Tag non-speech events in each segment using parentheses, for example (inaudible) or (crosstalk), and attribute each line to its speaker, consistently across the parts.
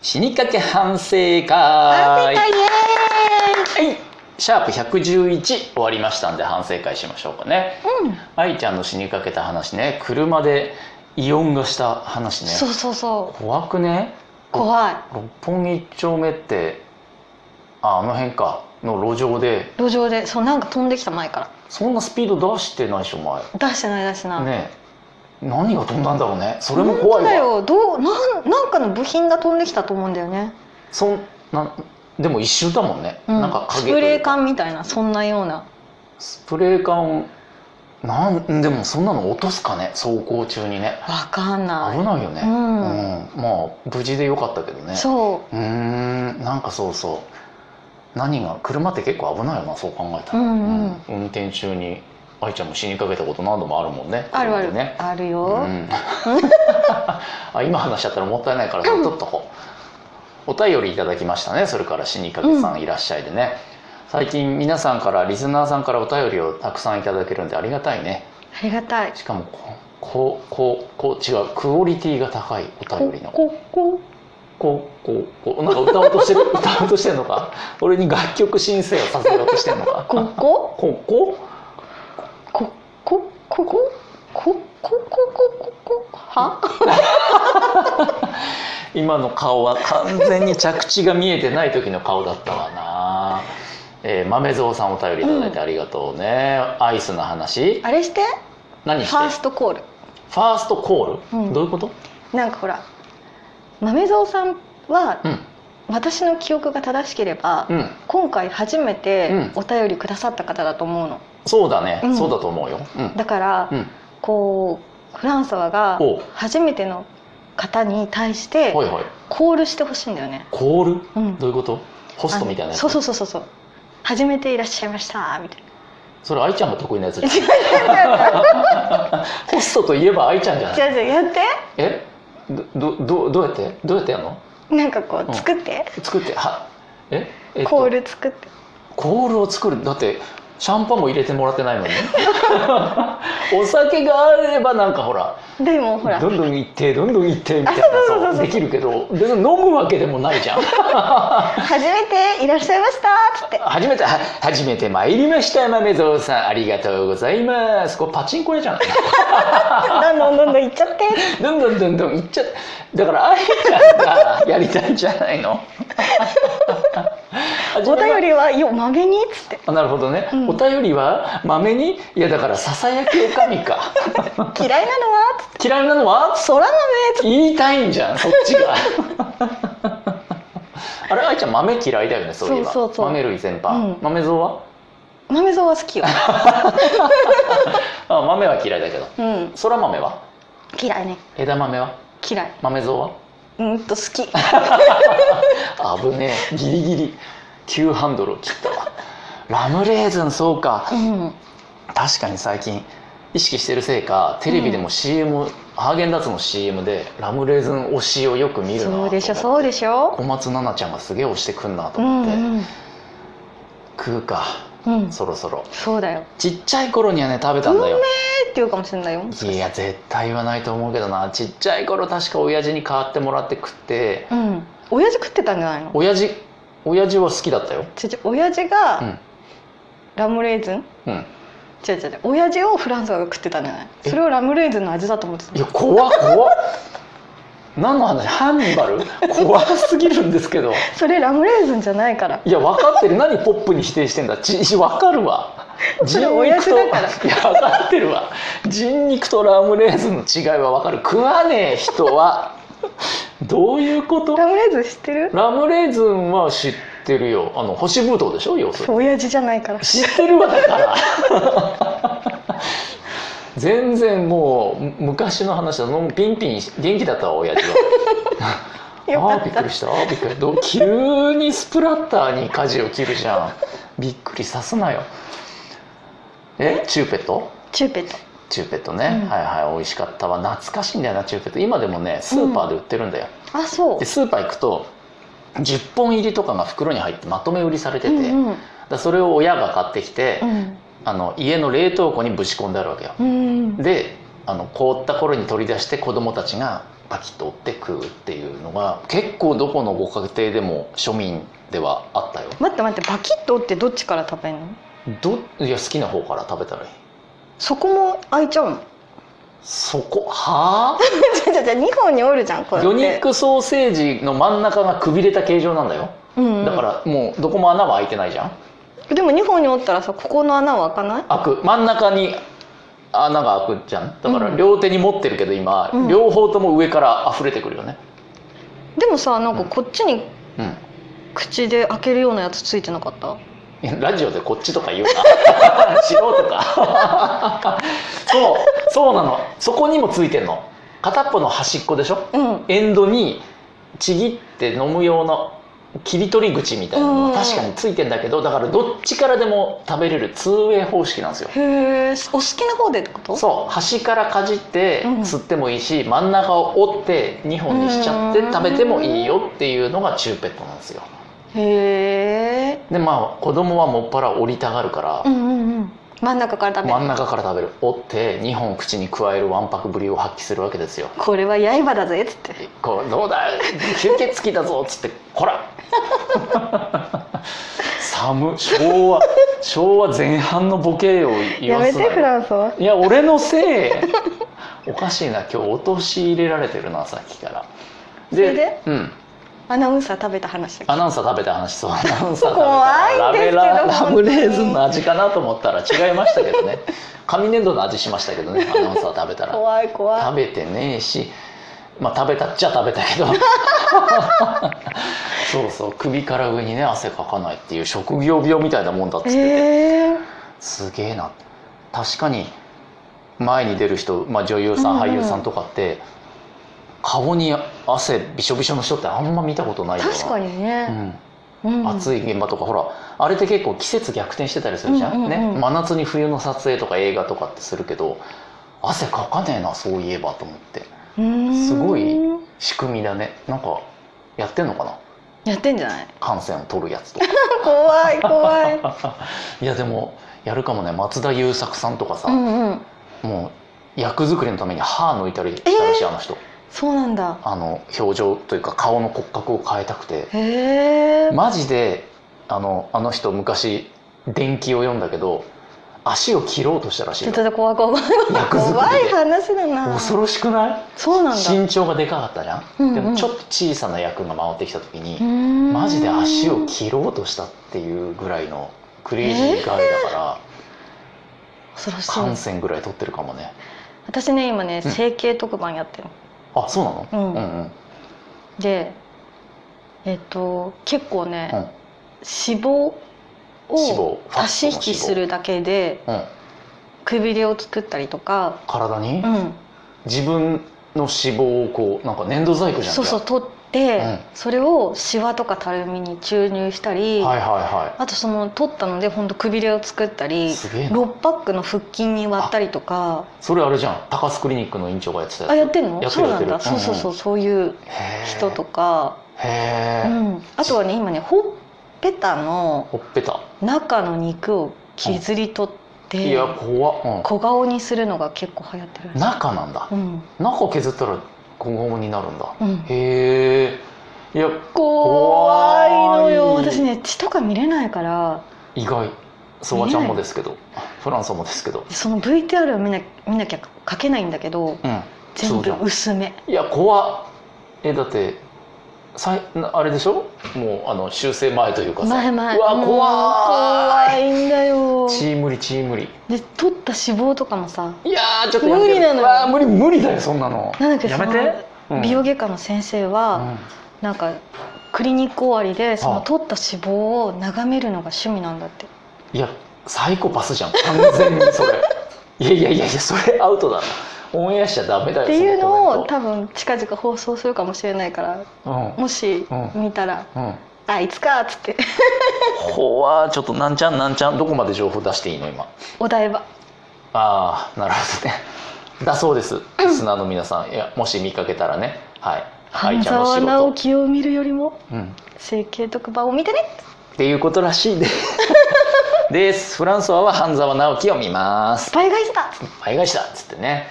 Speaker 1: 死にかけ反省会
Speaker 2: 反省会イエ
Speaker 1: はいシャープ111終わりましたんで反省会しましょうかね
Speaker 2: ーイ、うん、
Speaker 1: 愛ちゃんの死にかけた話ね車で異音がした話ね
Speaker 2: そうそうそう
Speaker 1: 怖くね
Speaker 2: 怖い
Speaker 1: 六本木一丁目ってああの辺かの路上で
Speaker 2: 路上でそうなんか飛んできた前か
Speaker 1: そんなスピード出してないでしょ前
Speaker 2: ら出してない出してない、
Speaker 1: ねえ何が飛んだんだろうねそれも怖
Speaker 2: 本当だ
Speaker 1: いわ
Speaker 2: よどうなんなんかの部品が飛んできたと思うんだよね、
Speaker 1: そんなでも一瞬だもんね、
Speaker 2: うん、
Speaker 1: なんか影
Speaker 2: ス
Speaker 1: という
Speaker 2: プレー
Speaker 1: か
Speaker 2: 缶みたいなそんなような
Speaker 1: スプレー缶なんでもそんなの落とすかね走行中にね
Speaker 2: わかんない
Speaker 1: 危ないよね、
Speaker 2: うん
Speaker 1: うんまあ無事でよかったけどね
Speaker 2: そ
Speaker 1: う
Speaker 2: う
Speaker 1: ーんなんかそうそう何が車って結構危ないよなそう考えたら、
Speaker 2: うんうん
Speaker 1: 運転中に愛ちゃんも死にかけたこと何度もあるもんね
Speaker 2: あるあ
Speaker 1: 車
Speaker 2: る、
Speaker 1: でね
Speaker 2: ある
Speaker 1: う
Speaker 2: よ、
Speaker 1: ん、あ今話しちゃったらもったいないから取っとこうお便りいただきましたねそれから死にかけさんいらっしゃいでね、最近皆さんからリスナーさんからお便りをたくさんいただけるんでありがたいね
Speaker 2: ありがたい
Speaker 1: しかもここここ違うクオリティが高いお便りの
Speaker 2: ここ
Speaker 1: こうこうこうなんか歌おうとしてる歌おうとしてんのか俺に楽曲申請をさせようとしてんのか
Speaker 2: ここ
Speaker 1: ここ
Speaker 2: ここここここここここは
Speaker 1: 今の顔は完全に着地が見えてない時の顔だったわな、えー、豆蔵さんお便りいただいてありがとうね、アイスの話
Speaker 2: あれして
Speaker 1: 何して
Speaker 2: ファーストコール
Speaker 1: ファーストコール、
Speaker 2: うん
Speaker 1: どういうこと
Speaker 2: なんかほら豆蔵さんは
Speaker 1: うん
Speaker 2: 私の記憶が正しければ、
Speaker 1: うん
Speaker 2: 今回初めて
Speaker 1: うん
Speaker 2: お便りくださった方だと思うの
Speaker 1: そうだね、
Speaker 2: うん
Speaker 1: そうだと思うようん
Speaker 2: だから、
Speaker 1: うん
Speaker 2: こうフランソワが
Speaker 1: おう
Speaker 2: 初めての方に対して
Speaker 1: はいはい
Speaker 2: コールしてほしいんだよね、
Speaker 1: コール
Speaker 2: うん、
Speaker 1: どういうことホストみたいな
Speaker 2: あの
Speaker 1: やつ
Speaker 2: そうそうそうそうそう初めていらっしゃいましたみたいな
Speaker 1: それ愛ちゃんが得意なやつじゃん
Speaker 2: (laughs) 違う
Speaker 1: ホストといえば愛ちゃんじゃない
Speaker 2: 違う違う違う違うやっ
Speaker 1: えどどどどうやってどうやってやるの
Speaker 2: てなんかこ
Speaker 1: うん
Speaker 2: う作って、
Speaker 1: 作ってはええっと
Speaker 2: コール作って
Speaker 1: コールを作るだってシャンパンも入れてもらって
Speaker 2: (laughs)
Speaker 1: ないのにお酒があればなんかほら
Speaker 2: でもほら
Speaker 1: どんどん行ってどんどん行ってみたいな
Speaker 2: あそうそうそうそう
Speaker 1: そうできるけど別に飲むわけでもないじ
Speaker 2: (laughs)
Speaker 1: ゃん
Speaker 2: 初めていらっしゃいましたっつって
Speaker 1: 初めては初めて参りました豆蔵さんありがとうございますこれパチンコ屋
Speaker 2: (laughs)
Speaker 1: じゃない
Speaker 2: どんどんどんどん行っちゃって
Speaker 1: どんどんどんどん行っちゃだから愛ちゃんがやりたいんじゃない
Speaker 2: (laughs)
Speaker 1: の
Speaker 2: お便りはよまめにっつ
Speaker 1: (laughs)
Speaker 2: って
Speaker 1: あなるほどね、
Speaker 2: うん
Speaker 1: お便りはまめにいやだからささやきおかみか
Speaker 2: 嫌いなのはっつって
Speaker 1: 嫌いなのは
Speaker 2: 空豆つっ
Speaker 1: 言いたいんじゃんそっち
Speaker 2: (laughs)
Speaker 1: があれ愛ちゃん豆嫌いだよねそういえば
Speaker 2: そうそうそう
Speaker 1: 豆類全般、
Speaker 2: うん
Speaker 1: 豆像は
Speaker 2: て豆蔵は
Speaker 1: (laughs)
Speaker 2: 好きよ、
Speaker 1: あ豆は嫌いだけど
Speaker 2: うん、
Speaker 1: そら豆は
Speaker 2: 嫌いね
Speaker 1: 枝豆は
Speaker 2: 嫌い
Speaker 1: 豆像は
Speaker 2: うんと
Speaker 1: (laughs)
Speaker 2: 好き
Speaker 1: 危ねえギリギリ急ハンドルを切ったわラムレーズンそうか
Speaker 2: うん
Speaker 1: 確かに最近意識してるせいかテレビでも CM、ハーゲンダッツの CM でラムレーズン推しをよく見るなと
Speaker 2: そ
Speaker 1: 思っ
Speaker 2: う
Speaker 1: て
Speaker 2: でしょそうでしょ
Speaker 1: 小松菜奈ちゃんがすげえ推してくんなと
Speaker 2: う
Speaker 1: 思って、
Speaker 2: んうん
Speaker 1: 食うか
Speaker 2: うん
Speaker 1: そろそろ
Speaker 2: そうだよ
Speaker 1: ちっちゃい頃にはね食べたんだよ
Speaker 2: えーって言うかもしれないよ
Speaker 1: いや絶対言わないと思うけどなちっちゃい頃確か親父に買ってもらって食って
Speaker 2: うん親父食ってたんじゃないの
Speaker 1: 親父親父は好きだったよ
Speaker 2: 違う違う親父が、
Speaker 1: うん
Speaker 2: ラムレーズン
Speaker 1: うん
Speaker 2: 違う違う違う親父をフランスが食ってたんじゃない
Speaker 1: え
Speaker 2: それをラムレーズンの味だと思って
Speaker 1: い
Speaker 2: た
Speaker 1: や怖っ怖っ (laughs) 何の話ハンニバル怖すぎるんですけど
Speaker 2: それラムレーズンじゃないから
Speaker 1: いや分かってる何ポップに否定してんだち分かるわ
Speaker 2: それ親父だから
Speaker 1: 人肉といや分かってるわ人肉とラムレーズンの違いは分かる食わねえ人はどういうこと
Speaker 2: ラムレーズン知ってる
Speaker 1: ラムレーズンは知ってるよあの干しぶどうでしょ要する
Speaker 2: そう
Speaker 1: に
Speaker 2: 親父じゃないから
Speaker 1: 知ってるわだから全然もうむ昔の話だのんピンピン元気だったわ親父は
Speaker 2: (laughs) よか
Speaker 1: あーび
Speaker 2: っ
Speaker 1: っく
Speaker 2: た
Speaker 1: りしたあーびっくりど急にスプラッターに舵を切るじゃんびっくりさすなよえチューペット
Speaker 2: チューペット
Speaker 1: チューペットね、
Speaker 2: うん
Speaker 1: はいはい美味しかったわ懐かしいんだよなチューペット今でもねスーパーで売ってるんだよ、
Speaker 2: あそう
Speaker 1: でスーパー行くと10本入りとかが袋に入ってまとめ売りされてて、
Speaker 2: うんうん
Speaker 1: だそれを親が買ってきて、
Speaker 2: うん
Speaker 1: あの家の冷凍庫にぶち込んであるわけよ、
Speaker 2: うん
Speaker 1: であの凍った頃に取り出して子供たちがパキッと折って食うっていうのが結構どこのご家庭でも庶民ではあったよ
Speaker 2: 待って待ってパキッと折ってどっちから食べんの
Speaker 1: どいや好きな方から食べたらいい
Speaker 2: そこも開いちゃうの
Speaker 1: そこは
Speaker 2: じゃじゃじゃ2本に折るじゃんこ
Speaker 1: あ
Speaker 2: うやっ
Speaker 1: 魚
Speaker 2: て
Speaker 1: 肉ソーセージの真ん中がくびれた形状なんだよ
Speaker 2: うんうん
Speaker 1: だからもうどこも穴は開いてないじゃん
Speaker 2: でも2本に折ったらさここの穴は開かない
Speaker 1: 開く真ん中に穴が開くじゃんだか
Speaker 2: う
Speaker 1: ら
Speaker 2: ん
Speaker 1: 両手に持ってるけど今、
Speaker 2: うん
Speaker 1: 両方とも上から溢れてくるよね
Speaker 2: でもさなんかこっちに
Speaker 1: うん
Speaker 2: 口で開けるようなやつついてなかった
Speaker 1: いやラジオでこっちとか言う
Speaker 2: (laughs)
Speaker 1: な素人か (laughs) そうそうなのそこにもついてんの片っぽの端っこでしょ
Speaker 2: うん
Speaker 1: エンドにちぎって飲む用の切り取り口みたいなのが確かについてんだけどだからどっちからでも食べれる 2way 方式なんですよ
Speaker 2: へえお好きな方でってこと
Speaker 1: そう端からかじって
Speaker 2: うん
Speaker 1: 吸ってもいいし、真ん中を折って2本にしちゃって食べてもいいよっていうのがチューペットなんですよ
Speaker 2: へえ
Speaker 1: でまあ子供はもっぱら折りたがるから、
Speaker 2: うんうんうん真ん中から食べ
Speaker 1: 真
Speaker 2: る
Speaker 1: ん中から食べる折って2本口に加えるわんぱくぶりを発揮するわけですよ
Speaker 2: これは刃だぜっつって
Speaker 1: こうどうだ吸血鬼だぞっつってこ
Speaker 2: (laughs)
Speaker 1: ら寒昭和昭和前半のボケを言
Speaker 2: や
Speaker 1: わ
Speaker 2: め
Speaker 1: すな
Speaker 2: て
Speaker 1: よ
Speaker 2: フランスはい
Speaker 1: や俺のせいおかしいな今日落とし入れられてるなさっきから
Speaker 2: それで
Speaker 1: うん
Speaker 2: アナウンサー食べた話だっけ
Speaker 1: アナウンサー食べた話そうアナウンサー食べた
Speaker 2: 怖いんですけど
Speaker 1: ラベラ
Speaker 2: 本
Speaker 1: ラ
Speaker 2: 当
Speaker 1: ム
Speaker 2: に
Speaker 1: レーズンの味かなと思ったら違いましたけどね紙粘土の味しましたけどねアナウンサー食べたら
Speaker 2: 怖い怖
Speaker 1: 食
Speaker 2: い
Speaker 1: べてねえしまあ食べたっちゃ食べた
Speaker 2: (laughs)
Speaker 1: けどそうそう首から上にね汗かかないっていう職業病みたいなもんだっつってて、
Speaker 2: へえ
Speaker 1: すげえな確かに前に出る人、まあ、女優さん
Speaker 2: うんうん
Speaker 1: 俳優さんとかって顔に汗びしょびしょの人ってあんま見たことないよな
Speaker 2: 確かにね、う
Speaker 1: うんん、暑い現場とかほらあれって結構季節逆転してたりするじゃん,、
Speaker 2: うんうんうん
Speaker 1: ね真夏に冬の撮影とか映画とかってするけど汗かかねえなそういえばと思って
Speaker 2: うーん
Speaker 1: すごい仕組みだねなんかやってんのかな
Speaker 2: やってんじゃない
Speaker 1: 汗腺を取るやつとか
Speaker 2: 怖い怖い
Speaker 1: いやでもやるかもね松田優作さんとかさ、
Speaker 2: (laughs) うんうん
Speaker 1: もう役作りのために歯抜いたりしたらしい、あの人
Speaker 2: そうなんだ
Speaker 1: あの表情というか顔の骨格を変えたくて
Speaker 2: へえ
Speaker 1: マジであのあの人昔伝記を読んだけど足を切ろうとしたらしい
Speaker 2: ちょ
Speaker 1: よ
Speaker 2: っと怖い怖い
Speaker 1: 役作
Speaker 2: 怖
Speaker 1: り
Speaker 2: い
Speaker 1: で
Speaker 2: 話だな
Speaker 1: 恐ろしくない
Speaker 2: そうなんだ
Speaker 1: 身長がでかかったじゃん、
Speaker 2: うんうん
Speaker 1: でもちょっと小さな役が回ってきた時に、マ
Speaker 2: マ
Speaker 1: ジで足を切ろうとしたっていうぐらいのクレイジーガイだから、
Speaker 2: 恐ろし
Speaker 1: 感
Speaker 2: い
Speaker 1: 染ぐらい取ってるかもね
Speaker 2: 私ね今ね
Speaker 1: うん
Speaker 2: 整形特番やってる
Speaker 1: あそうなの、
Speaker 2: うん
Speaker 1: うんうん
Speaker 2: でえっと結構ね、
Speaker 1: うん
Speaker 2: 脂肪
Speaker 1: 脂
Speaker 2: を
Speaker 1: 肪ファ
Speaker 2: 足
Speaker 1: ットの脂肪
Speaker 2: 引きするだけで
Speaker 1: うん
Speaker 2: くびれを作ったりとか、
Speaker 1: 体に、
Speaker 2: うん、
Speaker 1: 自分の脂肪をこうなんか粘土細工じゃん
Speaker 2: そうそう取って、
Speaker 1: うん
Speaker 2: それをシワとかたるみに注入したり、
Speaker 1: じゃあはいは
Speaker 2: あとその取ったのでほんとくびれを作った
Speaker 1: いはい
Speaker 2: り
Speaker 1: すげえな
Speaker 2: 6パックの腹筋に割ったりとか
Speaker 1: それあれじゃん高須クリニックの院長がやってた
Speaker 2: あやってんの
Speaker 1: やって
Speaker 2: そ
Speaker 1: る
Speaker 2: うなんだ、
Speaker 1: やってる
Speaker 2: そうそうそうそういう人と
Speaker 1: か
Speaker 2: か、
Speaker 1: へえ
Speaker 2: うん、あとはね今ねほっぺたの
Speaker 1: ほっぺた
Speaker 2: 中の肉を削り取って、
Speaker 1: いや怖っ
Speaker 2: 小顔にするのが結構流行ってる
Speaker 1: うん中なんだ
Speaker 2: うん
Speaker 1: 中削ったら小顔になるんだ
Speaker 2: うん
Speaker 1: へえいや
Speaker 2: 怖いのよ
Speaker 1: 怖い
Speaker 2: 私ね血とか見れないから
Speaker 1: 意外ソワちゃんもですけどフランソもですけど
Speaker 2: その VTR を見な見なきゃ書けないんだけど
Speaker 1: うん
Speaker 2: 全
Speaker 1: そうじ
Speaker 2: 部
Speaker 1: ゃん
Speaker 2: 薄め
Speaker 1: いや怖っえだってさいなあれでしょもうあの修正前というかさ
Speaker 2: 前前
Speaker 1: うわ
Speaker 2: もう
Speaker 1: 怖い
Speaker 2: 怖いんだよ
Speaker 1: チームリチームリ
Speaker 2: で取った脂肪とかもさ
Speaker 1: いやーちょっとやめて
Speaker 2: 無理なのよ
Speaker 1: うわー無理無理だよそんなの
Speaker 2: なんだっけ
Speaker 1: やめて、うん
Speaker 2: 美容外科の先生は、なんかクリニック終わりでその
Speaker 1: あ
Speaker 2: 取った脂肪を眺めるのが趣味なんだって
Speaker 1: うんいやサイコパスじゃん完全にそれいやいやいやいやそれアウトだなオンエアしちゃダメだよ
Speaker 2: っていうのを
Speaker 1: そコ
Speaker 2: 多分近々放送するかもしれないから
Speaker 1: メント
Speaker 2: もし
Speaker 1: う
Speaker 2: 見たら
Speaker 1: うんうん
Speaker 2: 「あいつか」っつ
Speaker 1: (laughs)
Speaker 2: って
Speaker 1: ほわーちょっとなんちゃんなんちゃんどこまで情報出していいの今
Speaker 2: お台場
Speaker 1: ああなるほどね (laughs) だそうですリスナーの皆さんいやもし見かけたらねはい
Speaker 2: 半
Speaker 1: 愛ちゃんの
Speaker 2: 沢
Speaker 1: 仕
Speaker 2: 直
Speaker 1: 事、
Speaker 2: 樹を見るよりも
Speaker 1: うん、
Speaker 2: 整形特番を見てね
Speaker 1: っていうことらしいです (laughs) ですフランソワは半沢直樹を見ます
Speaker 2: スパイガイスだ
Speaker 1: 倍返しだっつってね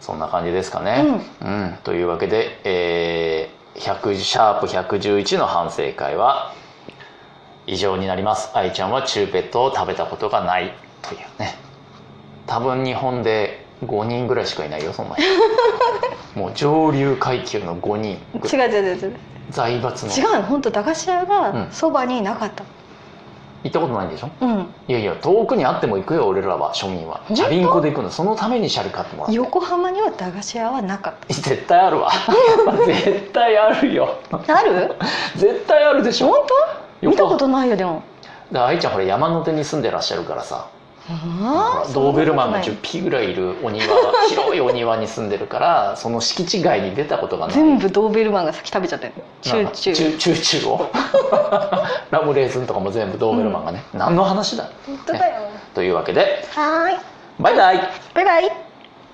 Speaker 1: そんな感じですかね。うん、というわけで、えー100シャープ111の反省会は以上になります。愛ちゃんはチューペットを食べたことがないというね。多分日本で5人ぐらいしかいないよそん
Speaker 2: (laughs)
Speaker 1: な人。もう上流階級の5人ぐらい
Speaker 2: 違う違う違う違う
Speaker 1: 財閥の
Speaker 2: 違うの本当駄菓子屋
Speaker 1: う
Speaker 2: が
Speaker 1: ん
Speaker 2: そばになかった
Speaker 1: 行ったことないんでしょ
Speaker 2: うん、
Speaker 1: いやいや遠くにあっても行くよ俺らは庶民は
Speaker 2: 本当
Speaker 1: チャリンコで行くのそのためにシャリ買ってもらって
Speaker 2: 横浜には駄菓子屋はなかっ
Speaker 1: 絶対ある
Speaker 2: (laughs)
Speaker 1: わ絶対あるよ
Speaker 2: たある
Speaker 1: 絶対あるでしょ
Speaker 2: 本当見たことないよでも
Speaker 1: だ愛ちゃんほら山の手に住んでらっしゃるからさほ
Speaker 2: あ
Speaker 1: らドーベルマンが
Speaker 2: そん
Speaker 1: 10
Speaker 2: なこ
Speaker 1: 匹ぐらいいるお庭が広いお庭に住んでるからその敷地外に出たことが
Speaker 2: と
Speaker 1: な
Speaker 2: な
Speaker 1: いい
Speaker 2: 全部ドーベルマンが先食べちゃってるチュ
Speaker 1: な
Speaker 2: ーチュ
Speaker 1: チュ
Speaker 2: ー
Speaker 1: ーチューチューを (laughs) ラムレーズンとかも全部ドーベルマンがね、何の話だ
Speaker 2: 本当だよ
Speaker 1: というわけで
Speaker 2: はーい
Speaker 1: バイバイ
Speaker 2: バイバイ